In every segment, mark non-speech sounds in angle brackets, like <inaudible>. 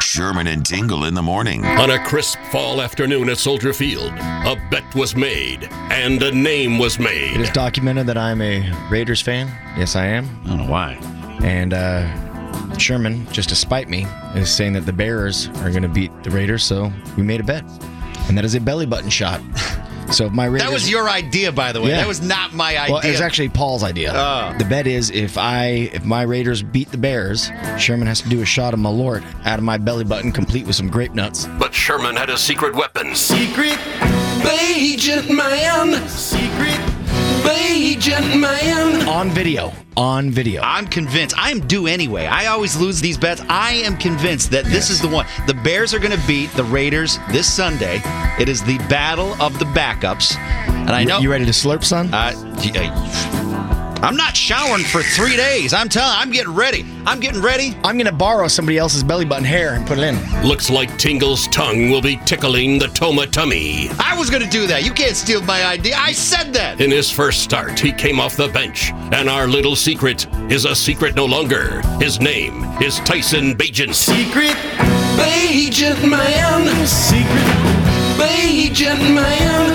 Sherman and Tingle in the morning. On a crisp fall afternoon at Soldier Field, a bet was made and a name was It is made. documented that I'm a Raiders fan. Yes, I am. I don't know why. And uh, Sherman, just to spite me, is saying that the Bears are going to beat the Raiders. So we made a bet, and that is a belly button shot. <laughs> So if my Raiders. That was your idea, by the way. Yeah. That was not my idea. Well, it was actually Paul's idea. Oh. The bet is if I if my Raiders beat the Bears, Sherman has to do a shot of Malort out of my belly button, complete with some grape nuts. But Sherman had a secret weapon. Secret, Agent Man! secret. Agent Man! On video. On video. I'm convinced. I am due anyway. I always lose these bets. I am convinced that this is the one. The Bears are going to beat the Raiders this Sunday. It is the battle of the backups. And I You- know You ready to slurp, son? Uh, y- uh, I'm not showering for three days. I'm telling. I'm getting ready. I'm getting ready. I'm gonna borrow somebody else's belly button hair and put it in. Looks like Tingle's tongue will be tickling the Toma tummy. I was going to do that. You can't steal my idea. I said that. In his first start, he came off the bench, and our little secret is a secret no longer. His name is Tyson Bajans. Secret, Agent Man! secret, Agent Man!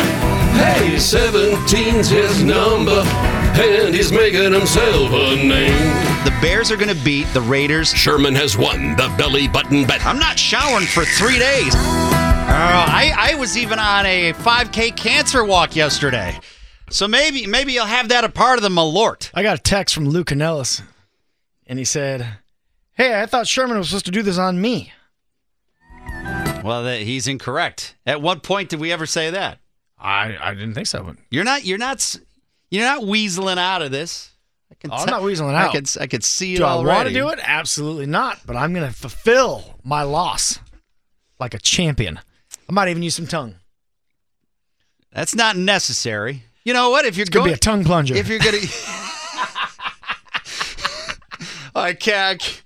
Hey, 17's his number, and he's making himself a name. The Bears are going to beat the Raiders. Sherman has won the belly button bet. I'm not showering for three days. Oh, I, I was even on a 5K cancer walk yesterday. So maybe maybe you'll have that a part of the malort. I got a text from Lou Canellis, and he said, "Hey, I thought Sherman was supposed to do this on me." Well, that, he's incorrect. At what point did we ever say that? I, I didn't think so. You're not you're not s- you're not weaseling out of this. I can Oh, I'm te- not weaseling I out. could s- I could see it Do I want already. to do it? Absolutely not. But I'm gonna fulfill my loss like a champion. I might even use some tongue. That's not necessary. You know what? If you're It's gonna going be a tongue plunger. if you're <laughs> gonna I can't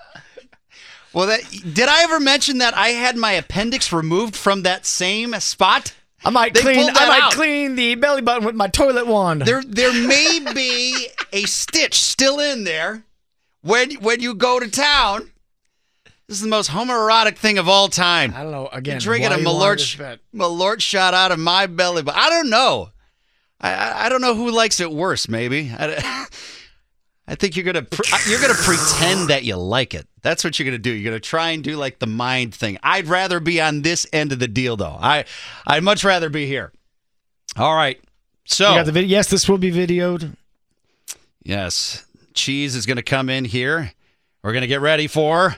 well that did i ever mention that i had my appendix removed from that same spot I might They clean. pulled I that might out. clean the belly button with my toilet wand. there there may be a stitch still in there when when you go to town this is the most homoerotic thing of all time I don't know. Again, drinking why a you wanted malort, this sh- bet. malort shot out of my belly but i don't know I- i i don't know who likes it worse maybe i, <laughs> I think you're gonna pre- uh, you're gonna pretend that you like it that's what you're gonna do you're gonna try and do like the mind thing i'd rather be on this end of the deal though i i'd much rather be here all right so You got the video. Yes, this will be videoed. yes cheese is gonna come in here we're gonna get ready for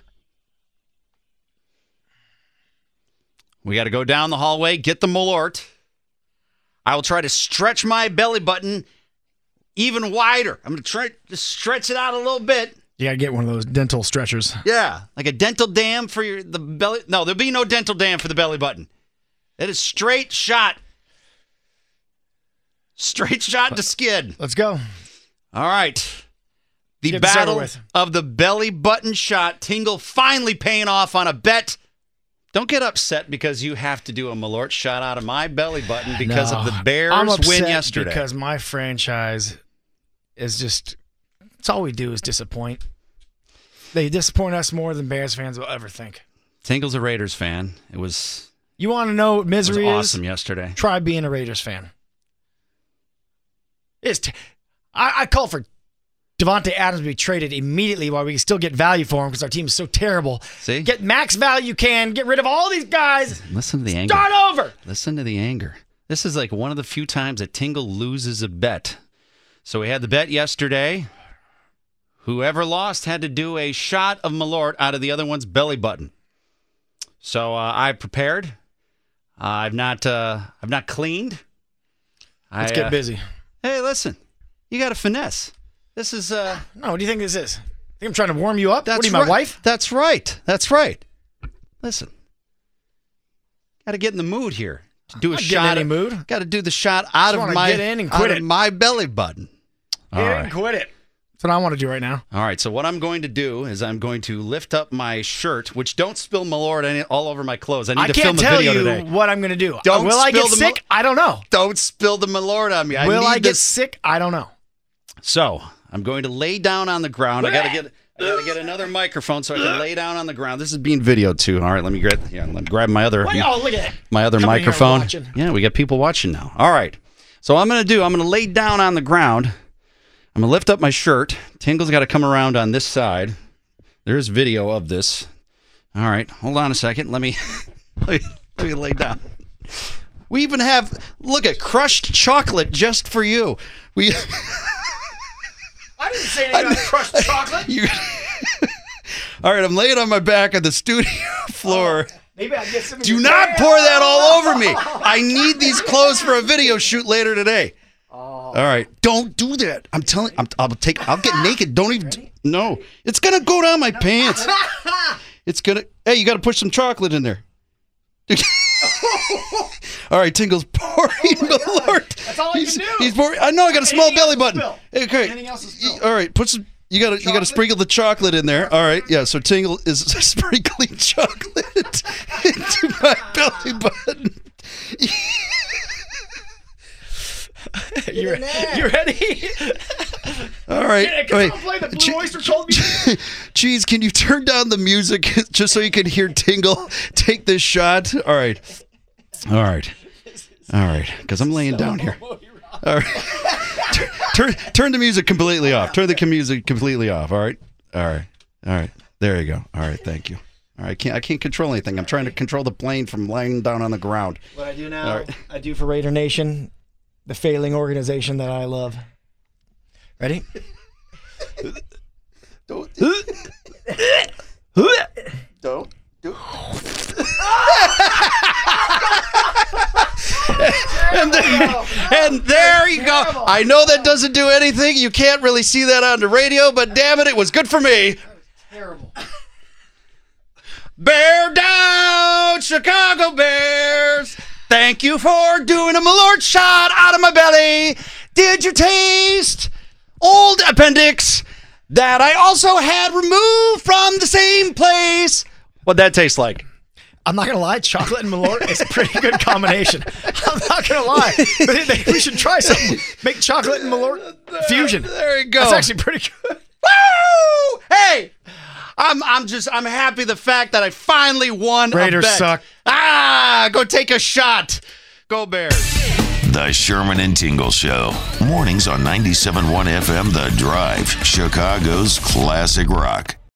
We got to go down the hallway, get the malort. I will try to stretch my belly button even wider. I'm going to try to stretch it out a little bit. You gotta get one of those dental stretchers. Yeah, like a dental dam for your the belly. No, there'll be no dental dam for the belly button. It is straight shot. Straight shot to skid. Let's go. All right. The Get this over battle with. of the belly button shot. Tingle finally paying off on a bet. Don't get upset because you have to do a Malort shot out of my belly button because No. of the Bears I'm upset win yesterday. Because my franchise is just it's all we do is disappoint. They disappoint us more than Bears fans will ever think. Tingle's a Raiders fan. It was, You want to know what it was misery awesome is? yesterday. Try being a Raiders fan. It's t- I, I call for Devonte Adams to be traded immediately while we can still get value for him because our team is so terrible. See? Get max value you can. Get rid of all these guys. Listen to the anger. Start over. Listen to the anger. This is like one of the few times that Tingle loses a bet. So we had the bet yesterday. Whoever lost had to do a shot of Malort out of the other one's belly button. So uh, I prepared. I've not. Uh, I've not cleaned. Let's I, get uh, busy. hey, listen. You got to finesse. This is. Uh, No, what do you think this is? Think I'm trying to warm you up? that's what are you, my right. wife? That's right. That's right. Listen, got to get in the mood here. Do a not getting shot. any mood. Got to do the shot out Just of wanna my get in and out quit of it. my belly button. All Get in right. and quit it. That's what I want to do right now. All right, so what I'm going to do is I'm going to lift up my shirt, which don't spill Malort any- all over my clothes. I need I to can't film a tell video you today. what I'm going to do. Uh, Don't Will I spill get the sick? I don't know. Don't spill the Malort on me. I Will need I get this. sick? I don't know. So I'm going to lay down on the ground. I gotta get I gotta get another microphone so I can lay down on the ground. This is being videoed too. All right, let me grab yeah, let me grab my other Wait, oh, look at that. my other Come here, microphone. watching. Yeah, we got people watching now. All right. So I'm gonna do I'm gonna lay down on the ground. I'm gonna lift up my shirt. Tingle's gotta come around on this side. There's video of this. All right, hold on a second. Let me <laughs> let me, let me lay down. We even have look at crushed chocolate just for you. We <laughs> I didn't say anything about crushed <laughs> chocolate. You- all right, I'm laying on my back on the studio <laughs> floor. Maybe I get some. of <laughs> Do your- not pour that all over me. I need these clothes for a video shoot later today. All right, don't do that. I'm telling. I'm, I'll take. I'll get naked. Don't even. No, it's gonna go down my pants. It's gonna. Hey, you gotta push some chocolate in there. <laughs> all right, Tingle's pouring Malort. Oh That's all I can he's, do. He's pouring. I know. I got a small Anything else belly will button. spill. Okay. Anything else will Y- spill. All right, put some. You gotta you gotta Chocolate? sprinkle the chocolate in there. All right, yeah. So Tingle is <laughs> sprinkling chocolate <laughs> into my belly button. <laughs> <laughs> You're, <laughs> you're ready? All Can right. someone play the Blue Oyster Cult music? <laughs> Geez, can you turn down the music <laughs> just so you can hear Tingle take this shot? All right. All right. All right. Because I'm laying down here. All right. <laughs> Turn- turn turn the music completely off. Turn the com- music completely off. All right. All right. All right. There you go. All right. Thank you. All right. I can't I can't control anything. I'm trying to control the plane from lying down on the ground. What I do now, right. I do for Raider Nation, the failing organization that I love. <laughs> Ready? <laughs> Don't That's don't. do- and, there, and there you go. I know that doesn't do anything. You can't really see that on the radio, but damn it, it was good for me. terrible. Bear down, Chicago Bears. Thank you for doing a Malort shot out of my belly. Did you taste old appendix that I also had removed from the same place? What'd that taste like? I'm not gonna lie, chocolate and Malort is a pretty good combination. <laughs> I'm not gonna lie. But they- we should try something. Make chocolate and Malort fusion. There you go. That's actually pretty good. Woo! Hey, I'm I'm just I'm happy the fact that I finally won. Raiders a bet. suck. Ah, go take a shot. Go Bears. The Sherman and Tingle Show. Mornings on 97.1 FM The Drive, Chicago's classic rock.